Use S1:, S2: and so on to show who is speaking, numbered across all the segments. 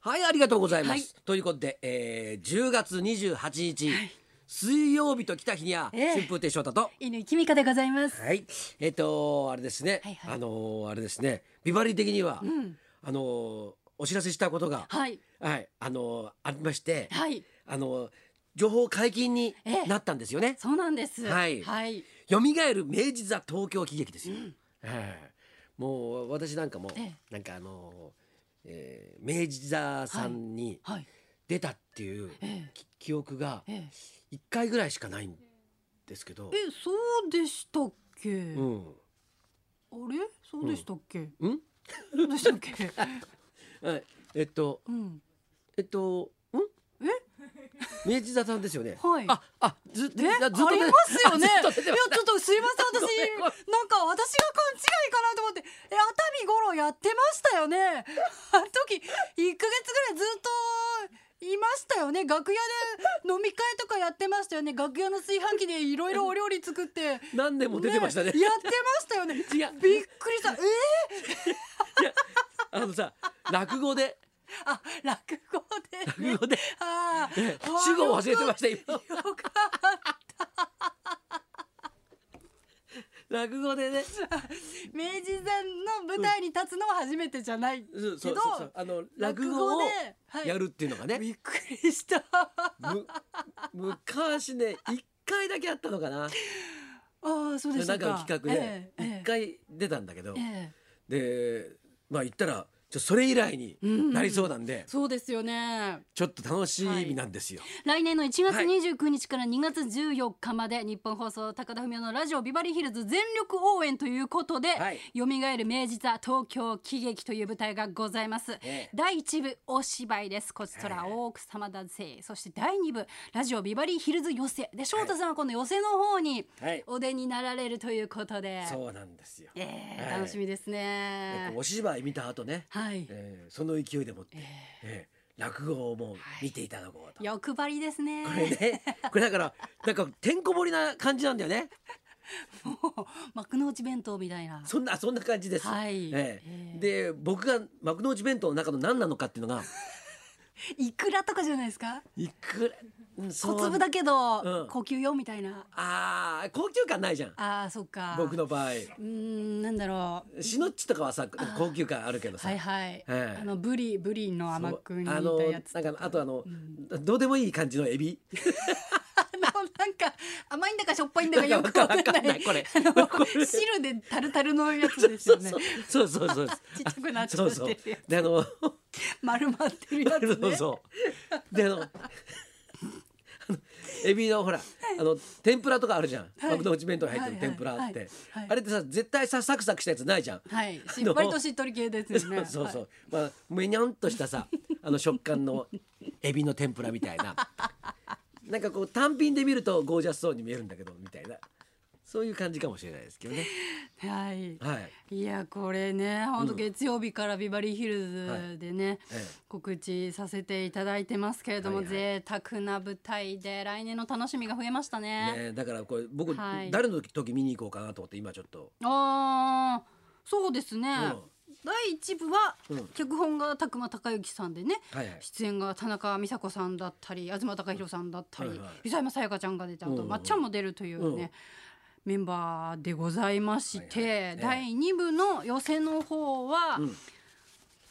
S1: はいありがとうございます、
S2: はい
S1: ということで、えー、10月28日、
S2: はい
S1: 水曜日と来た日には、
S2: ええ
S1: 春風亭昇太と
S2: 犬きみかでございます。
S1: はいえっ、とあれですね、
S2: はいはい
S1: あのーあれですねビバリー的には、
S2: うん、
S1: あのーお知らせしたことが
S2: はい、
S1: はいあのーありまして、
S2: はい、
S1: あのー情報解禁に
S2: ええ
S1: なったんですよね、
S2: そうなんです。
S1: はい
S2: はい、
S1: 蘇る明治座東京喜劇ですよ、はいもう私なんかも、
S2: ええ
S1: なんかあのー、えー明治座さんに
S2: はい、
S1: 出たっていう、
S2: ええ
S1: き記憶が
S2: ええ
S1: 1回ぐらいしかないんですけど、
S2: え、そうでしたっけ。
S1: うん、
S2: あれ、そうでしたっけ。
S1: うん、
S2: そうでしたっけ。
S1: はいえっと
S2: うん、
S1: えっと、うん？明治座さんですよね。
S2: はい
S1: あ、あ、ず、ず
S2: え、あり
S1: ず
S2: ま
S1: っ
S2: す
S1: と出て
S2: よね。い
S1: あ
S2: や、
S1: ずっと出
S2: ち
S1: て
S2: ょ
S1: まし
S2: っとすいませ ん、私、なんか私が勘違いかなと思って。え、熱海五郎やってましたよね。あの時、一ヶ月ぐらいずっと。いましたよね楽屋で飲み会とかやってましたよね楽屋の炊飯器でいろいろお料理作って
S1: た何年も出てましたね。
S2: やってました よね。びっく
S1: い
S2: り
S1: や
S2: した。えー、
S1: あのさ、落語で、
S2: あ、落語で、ね。
S1: 落語で、
S2: ああ、
S1: 主語を忘れてました今。
S2: た。よかっ
S1: 落語でね、
S2: た。明治座の舞台に立つのは初めてじゃない。
S1: そうそ
S2: け
S1: うそう
S2: ど
S1: そう、あの落語を
S2: で、はい、
S1: やるっていうのがね、
S2: びっくりした。あ
S1: む昔ね一回だけあったのかな、
S2: あ、そうでし
S1: な
S2: た
S1: んかの
S2: か。
S1: 企画で
S2: ええ
S1: 一回出たんだけど
S2: ええ、え
S1: で、
S2: え
S1: まあ言ったらちょそれ以来になりそうなんで、
S2: そうですよね。
S1: ちょっと楽しみなんですよ。
S2: 来年の1月
S1: はい
S2: 29日から2月14日まで日本放送高田文夫のラジオビバリーヒルズ全力応援ということで、
S1: はい
S2: よみがえる明治座東京喜劇という舞台がございます、
S1: ええ
S2: 第1部お芝居ですこちとら
S1: はい
S2: 大奥様だぜそして第2部ラジオビバリーヒルズ寄せで翔太さんはこの寄せの方に
S1: はい
S2: お出になられるということで、
S1: そうなんですよ。
S2: ええ
S1: はい
S2: 楽しみです
S1: やっ
S2: ね
S1: ぱお芝居見た後ね、
S2: はい、
S1: えーその勢いでもって、えー落語をもう見ていただこうと。
S2: 欲張りですね
S1: これね、これだから、なんかてんこ盛りな感じなんだよね。
S2: もう幕の内弁当みたいな
S1: そんな、そんな感じです。
S2: はい
S1: え
S2: え
S1: ー
S2: ー
S1: で、僕が幕の内弁当の中の何なのかっていうのが、
S2: いくらとかじゃないですか
S1: いくらうん、そ
S2: 小
S1: う
S2: 粒だけど、
S1: うん
S2: 高級よみたいな
S1: ああ、高級感ないじゃん。
S2: あーそっか
S1: 僕の場合、
S2: うーんなんだろう
S1: シノッチとかはさ、高級感あるけどさ。
S2: はいはい、
S1: ええ
S2: あのブリブリの甘く煮た
S1: あの
S2: やつとか
S1: なんかあとあの、どうでもいい感じのエビ
S2: あのなんか甘いんだかしょっぱいんだかよくわかん
S1: わか
S2: なん
S1: ない
S2: い
S1: これ
S2: あの
S1: これ
S2: 汁でタルタルのやつですよね
S1: そうそうそうそう
S2: ちっちゃくなっちゃ
S1: そ
S2: っ
S1: う
S2: てる
S1: そう
S2: やつ
S1: であの
S2: 丸まってるやつね
S1: そうそうであのあのエビのほら、あの天ぷらとかあるじゃん、
S2: はい
S1: 幕の内弁当に入ってる
S2: はいはい
S1: 天ぷらって、
S2: はいはい
S1: あれってさ絶対さサクサクしたやつないじゃん、
S2: はいしっぱりとしっとり系ですよ
S1: そう
S2: ね
S1: そうそう、まあむにゃんとしたさあの食感のエビの天ぷらみたいななんかこう単品で見るとゴージャスそうに見えるんだけどみたいなそういう感じかもしれないですけどね
S2: はい、はい
S1: はい
S2: いやこれね本当
S1: うん
S2: 月曜日からビバリーヒルズでね、
S1: ええ
S2: 告知させていただいてますけれども、
S1: はいはい
S2: 贅沢な舞台で来年の楽しみが増えましたね。
S1: ね、だからこれ僕、
S2: はい
S1: 誰の時見に行こうかなと思って今ちょっと
S2: ああそうですね、
S1: う
S2: 第一部は
S1: うん
S2: 脚本が宅間孝之さんでね、
S1: はいはい
S2: 出演が田中美佐子さんだったり東貴博さんだったり、
S1: はいはい
S2: 湯沢山さやかちゃんが出てあと、
S1: うんうん
S2: まっちゃんも出るというね、メンバーでございまして、
S1: はいはい
S2: 第2部の予選の方は、
S1: うん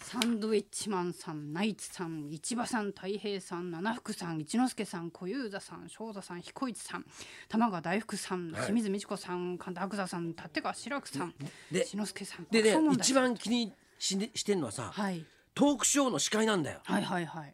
S2: サンドウィッチマンさんナイツさん市場さん太平さん七福さん一之輔さん小遊三さん正座さん彦一さん玉川大福さん、
S1: はい
S2: 清水美智子さん神田伯山さん立川志らくさん
S1: で
S2: 志の輔さん
S1: でね
S2: 爆笑問題
S1: 一番気にし,、ね、してんのはさ、
S2: はい、
S1: トークショーの司会なんだよ
S2: はいはいはい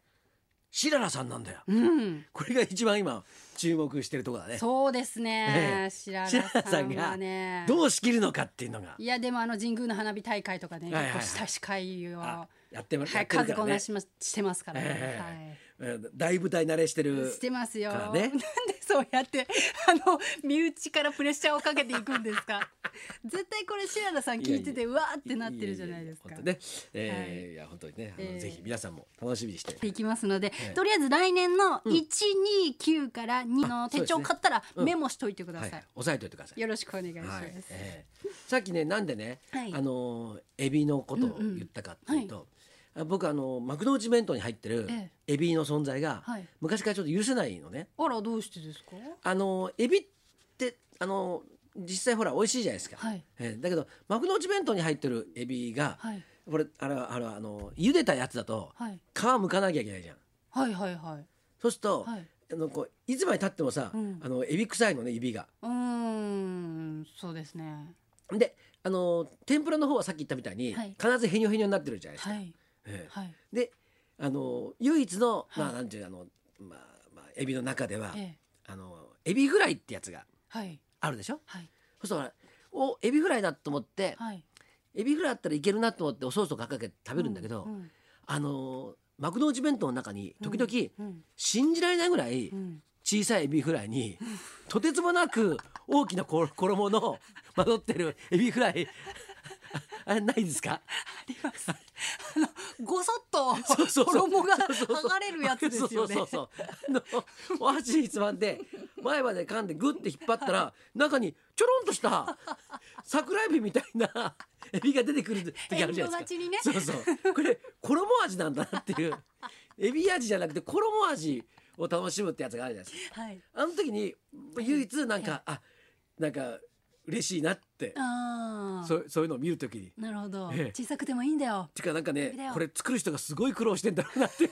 S1: シララさんなんだよ、
S2: うん
S1: これが一番今注目してるとこだね
S2: そうです
S1: え
S2: ね
S1: え
S2: 白良
S1: 白良さ
S2: さ
S1: ん
S2: ん
S1: が
S2: はね
S1: どう仕切るのかっていうのが
S2: いやでもあの神宮の花火大会とかね、
S1: はいはいはい
S2: 結構した司会を、
S1: あ
S2: は
S1: やってまや
S2: い、
S1: ってる
S2: 数
S1: から
S2: こ
S1: ね
S2: なし,、ま、してますからね、
S1: え
S2: はい
S1: えうん大舞台慣れしてる
S2: してますよ。
S1: から
S2: な
S1: ね
S2: んでそうやってあの身内からプレッシャーをかけていくんですか。絶対これ白田さん聞いて
S1: いや
S2: てうわーってなってるじゃないですか。
S1: やや本当ね、えーい、や本当にね、あの
S2: ええ
S1: ぜひ皆さんも楽しみにして。
S2: いきますので、
S1: え
S2: とりあえず来年の129から2の手
S1: そうです
S2: 帳
S1: ね
S2: 買ったら
S1: うん
S2: メモしといてくださ。
S1: はいい、押さえておいてください。
S2: よろしくお願いしま
S1: は
S2: す。
S1: い、ええさっきね、なんでね、
S2: はい
S1: あのーエビのことを言ったかっていうと、あ僕あの幕の内弁当に入ってる
S2: え
S1: エビの存在が
S2: はい
S1: 昔からちょっと許せないのね。
S2: あらどうしてですか
S1: あのエビってあの実際ほら美味しいじゃないですか。
S2: はい
S1: ええだけど幕の内弁当に入ってるエビが、
S2: はい
S1: これあれはあれはあの茹でたやつだと
S2: はい
S1: 皮むかなきゃいけないじゃん。
S2: はいはいはい
S1: そうすると、
S2: はい
S1: あのこういつまで経ってもさ、
S2: うん
S1: あのエビ臭いのねエビが。
S2: うーんそうですね
S1: であの天ぷらの方はさっき言ったみたいに、
S2: はい
S1: 必ずヘニョヘニョになってるじゃないですか。
S2: はい
S1: ええ
S2: はい
S1: であの唯一の、
S2: はい
S1: まあなんていうあのまあまあエビの中では、
S2: ええ
S1: あのエビフライってやつが
S2: はい
S1: あるでしょ。
S2: はい
S1: そしたらおエビフライだと思って、
S2: はい
S1: エビフライだったらいけるなと思っておソースをかけて食べるんだけど、
S2: ううん
S1: あの幕の内弁当の中に時々、
S2: うん
S1: 信じられないぐらい
S2: うん
S1: 小さいエビフライに、とてつもなく大きなこ衣の まとってるエビフライあれないですか
S2: あります。あの、ごそっと
S1: そうそうそう
S2: 衣が
S1: そうそうそ
S2: 剥
S1: う
S2: がれるやつですよね。
S1: そうそうそうそう。あのお箸につまんで前まで噛んでグッて引っ張った ら中にちょろんとした桜エビみたいなエビが出てくる時あるじゃないですか。
S2: エビの
S1: そうそう。これ衣味なんだなっていうエビ味じゃなくて衣味を楽しむってやつがあるじゃないですか。
S2: はい。
S1: あの時に唯一なんかあなんか嬉しいなって
S2: ああ。
S1: そうそういうのを見るときに。
S2: なるほど
S1: ええ。
S2: 小さくてもいいんだよ。
S1: てかなんか
S2: エビだ
S1: ね
S2: よ
S1: これ作る人がすごい苦労してんだろうなっていう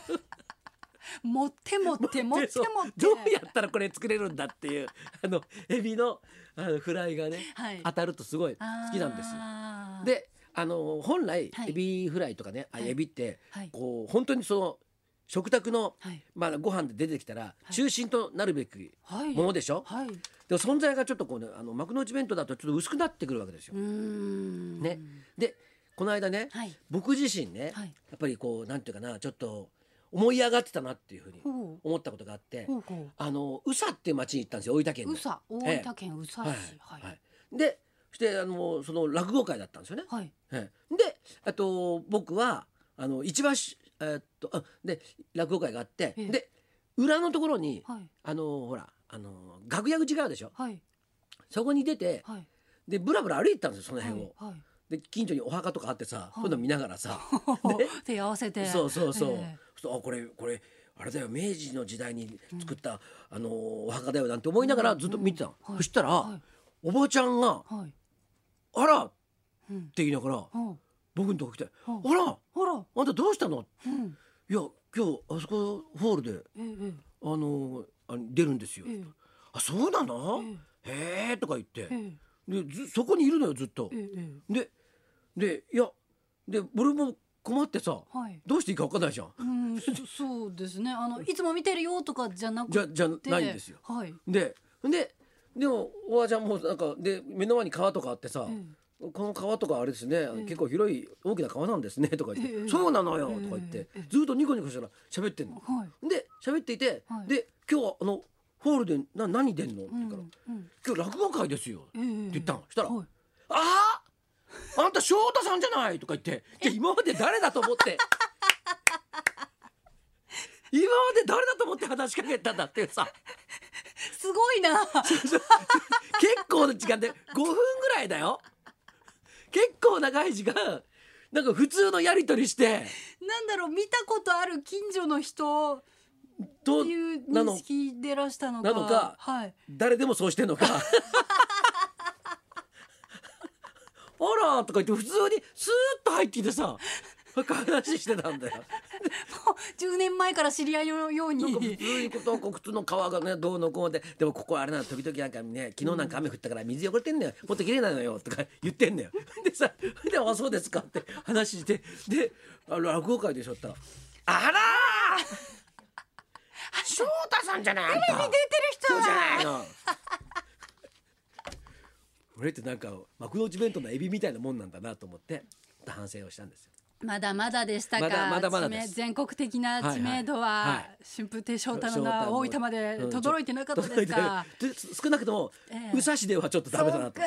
S2: 持って持って持って
S1: そう
S2: 持って。
S1: どうやったらこれ作れるんだっていうあのエビのあのフライがね、
S2: はい
S1: 当たるとすごい好きなんです。
S2: あー、
S1: であの本来、
S2: はい
S1: エビフライとかねあ
S2: はい
S1: エビって、
S2: はい
S1: こう本当にその食卓の、
S2: はい。
S1: まあ、ご飯で出てきたら、
S2: い
S1: 中心となるべき
S2: はい。
S1: ものでしょ、
S2: はい。う
S1: でも存在がちょっとこう、ね、あの幕の内弁当だとちょっと薄くなってくるわけですよ。
S2: ーん。
S1: ね。でこの間ね、
S2: はい。
S1: 僕自身ね、
S2: はい
S1: やっぱりこうなんていうかなちょっと思い上がってたなっていうふうに
S2: ほう。
S1: 思ったことがあって、
S2: ほうほ
S1: あの宇佐っていう町に行ったんですよ大分県
S2: う。
S1: の
S2: 宇佐、
S1: ええ
S2: 大分県宇佐市。
S1: はい
S2: は。
S1: はいい、でそしてあのその落語会だったんですよね。
S2: はい。
S1: ええであと僕はあの一番しえーっとあで落語会があって、
S2: ええ
S1: で裏のところに
S2: はい。
S1: あのほらあの楽屋口があるでしょ
S2: はい。
S1: そこに出て
S2: はい。
S1: でブラブラ歩いてたんですよその辺を。
S2: はい。
S1: で近所にお墓とかあってさ、
S2: い
S1: 今度見ながら さ、
S2: はい。手合わせて。
S1: そうそうそう、
S2: え
S1: そうあこれこれあれだよ明治の時代に作った、あのお墓だよなんて思いながらずっと見てたの、
S2: うんうんは
S1: そ
S2: い
S1: したら、
S2: えはい。
S1: おばちゃんが
S2: はい。
S1: 「あら!」って
S2: うん。
S1: 言いながら
S2: ほう。
S1: 僕のとこ来て「
S2: ほう。
S1: あら
S2: ほら。
S1: あんたどうしたの?
S2: うん。」
S1: 「いや今日あそこホールで
S2: ええええ。
S1: あのあ出るんですよ」
S2: ええ
S1: あそうなの
S2: え
S1: へえ」とか言って
S2: ええ
S1: でずそこにいるのよずっと
S2: え。ええ
S1: ででいやで俺も困ってさ
S2: はい。
S1: どうしていいか分かんないじゃん。
S2: うん、そそうですね。あのいつも見てるよとかじゃなく
S1: じ
S2: て、
S1: ゃじゃないんですよ。
S2: はい。
S1: でででもおばちゃんもなんかで目の前に川とかあってさ、
S2: え
S1: この川とかあれですね、
S2: え
S1: 結構広い大きな川なんですねとか言って、
S2: ええ
S1: そうなのよと
S2: ええ
S1: か言って、
S2: ええ
S1: ずっとニコニコしたら喋ってんの。
S2: はい。
S1: で喋っていて、
S2: はい
S1: で今日はあのホールでな何出んのって言うから、
S2: うん
S1: 今日落語会ですよ。
S2: うん。
S1: って言ったのしたら
S2: はい
S1: あああんた翔太さんじゃないとか言ってじゃあ今まで誰だと思って 今まで誰だと思って話しかけたんだっていうさ。
S2: すごいな。
S1: 結構な時間で5分ぐらいだよ結構長い時間なんか普通のやり取りして
S2: なんだろう見たことある近所の人っ
S1: ど
S2: て
S1: う
S2: いう
S1: な
S2: 認
S1: の
S2: 識でらしたのか。
S1: なのか
S2: はい。
S1: 誰でもそうしてんのか あらとか言って普通にスーッと入ってきてさなんか話してたんだよ
S2: もう10年前から知り合いのよう
S1: なんか普
S2: に。
S1: 通にことこう靴の皮がねどうのこうででもここあれなの時々なんかね昨日なんか雨降ったから水汚れてんのよもっと綺麗なのよとか言ってんのよでさ「であそうですか」って話してであの落語会でしょったら「あらー翔太さんじゃないあんた
S2: 出てる人
S1: そうじゃ
S2: は。
S1: ない の」俺ってなんか幕の内弁当のエビみたいなもんなんだなと思って反省をしたんですよ。
S2: まだまだでしたか。
S1: まだまだまだです
S2: 知名全国的な知名度
S1: はいはいは
S2: はい春風亭昇太の名大分まで
S1: うん
S2: 轟いてなかったですか。
S1: ちょ届いてない少なくとも
S2: ええ
S1: 宇佐市ではちょっとダメだ
S2: そ
S1: な
S2: う
S1: と
S2: か。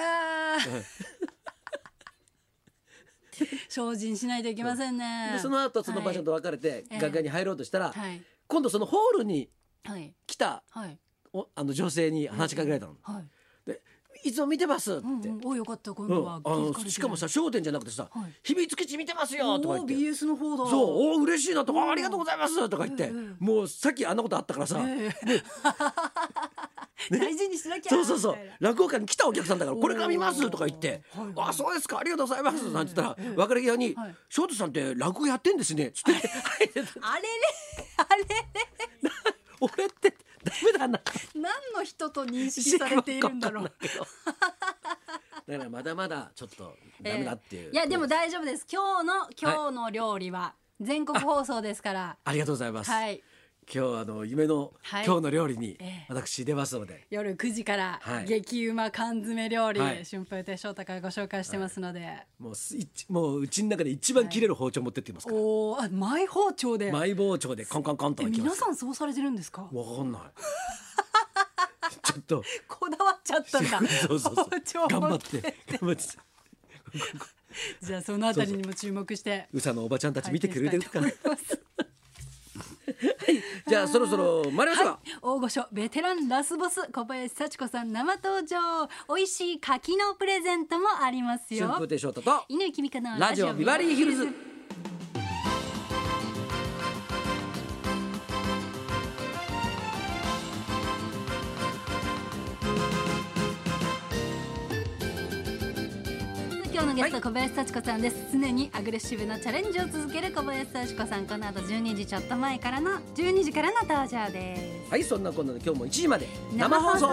S2: 精進しないといけませんね。
S1: でその後その場所と別れて
S2: ええ
S1: 楽屋に入ろうとしたら、
S2: はい
S1: 今度そのホールに
S2: はい
S1: 来た
S2: はい
S1: おあの女性に話しかけられたの。
S2: はい。
S1: でいつも見てます」って。
S2: うんうん、およかった今
S1: う
S2: 度
S1: ん、
S2: は
S1: あ
S2: 気づれてない、
S1: のしかもさ『笑点』じゃなくてさ
S2: はい
S1: 「秘密基地見てますよ」とか言っ
S2: おー
S1: て
S2: BS の方だ
S1: そう
S2: う
S1: 「おー嬉しいな」とか「ありがとうございます」とか言って、
S2: うんうん
S1: もうさっきあんなことあったからさ、
S2: 大事にしなきゃ
S1: そうそうそう
S2: みたいな
S1: 落語会に来たお客さんだから「これから見ます」とか言って「
S2: おーはいはい
S1: あそうですかありがとうございます」なんて言ったら別れ際に
S2: はい
S1: 「翔太さんって落語やってんですね」つって「
S2: あれれあれれ
S1: 俺ってダメだな」
S2: 何の人と認識されているんだろう
S1: 知らん かったんだけどだからまだまだちょっとダメだっていう、
S2: ええいやでも大丈夫です今日の今日の料理は全国放送ですから
S1: ありがとうございます、
S2: はい
S1: 今日あの夢の、
S2: はい
S1: 今日の料理に
S2: ええ
S1: 私出ますので、
S2: 夜9時から
S1: はい
S2: 激うま缶詰料理、
S1: はい
S2: 春風亭昇太からご紹介してますので、
S1: もうすいもううちの中で一番切れる包丁持ってってますから、
S2: おおあマイ包丁で
S1: マイ包丁でコンコンコンと
S2: え
S1: いきま
S2: 皆
S1: すか
S2: さんそうされてるんですから
S1: わかんない ちょっと
S2: こだわっちゃったんだ
S1: そうそうそう
S2: 包丁を
S1: 頑張って頑張って
S2: じゃあそのあたりにも注目して
S1: うさのお ばちゃんたち見てくれてる かな、
S2: 拝見したいと思います
S1: じゃあそろそろ参りましょうか、
S2: はい、大御所ベテランラスボス小林幸子さん生登場美味しい柿のプレゼントもあります
S1: 春風
S2: よ
S1: 亭昇太と
S2: 犬木美香の
S1: ラジオビバリーヒルズ
S2: 今日のゲスト小林幸子さんです、常にアグレッシブなチャレンジを続ける小林幸子さんこの後12時ちょっと前からの12時からの登場です
S1: はいそんなこんなで今日も1時まで生放送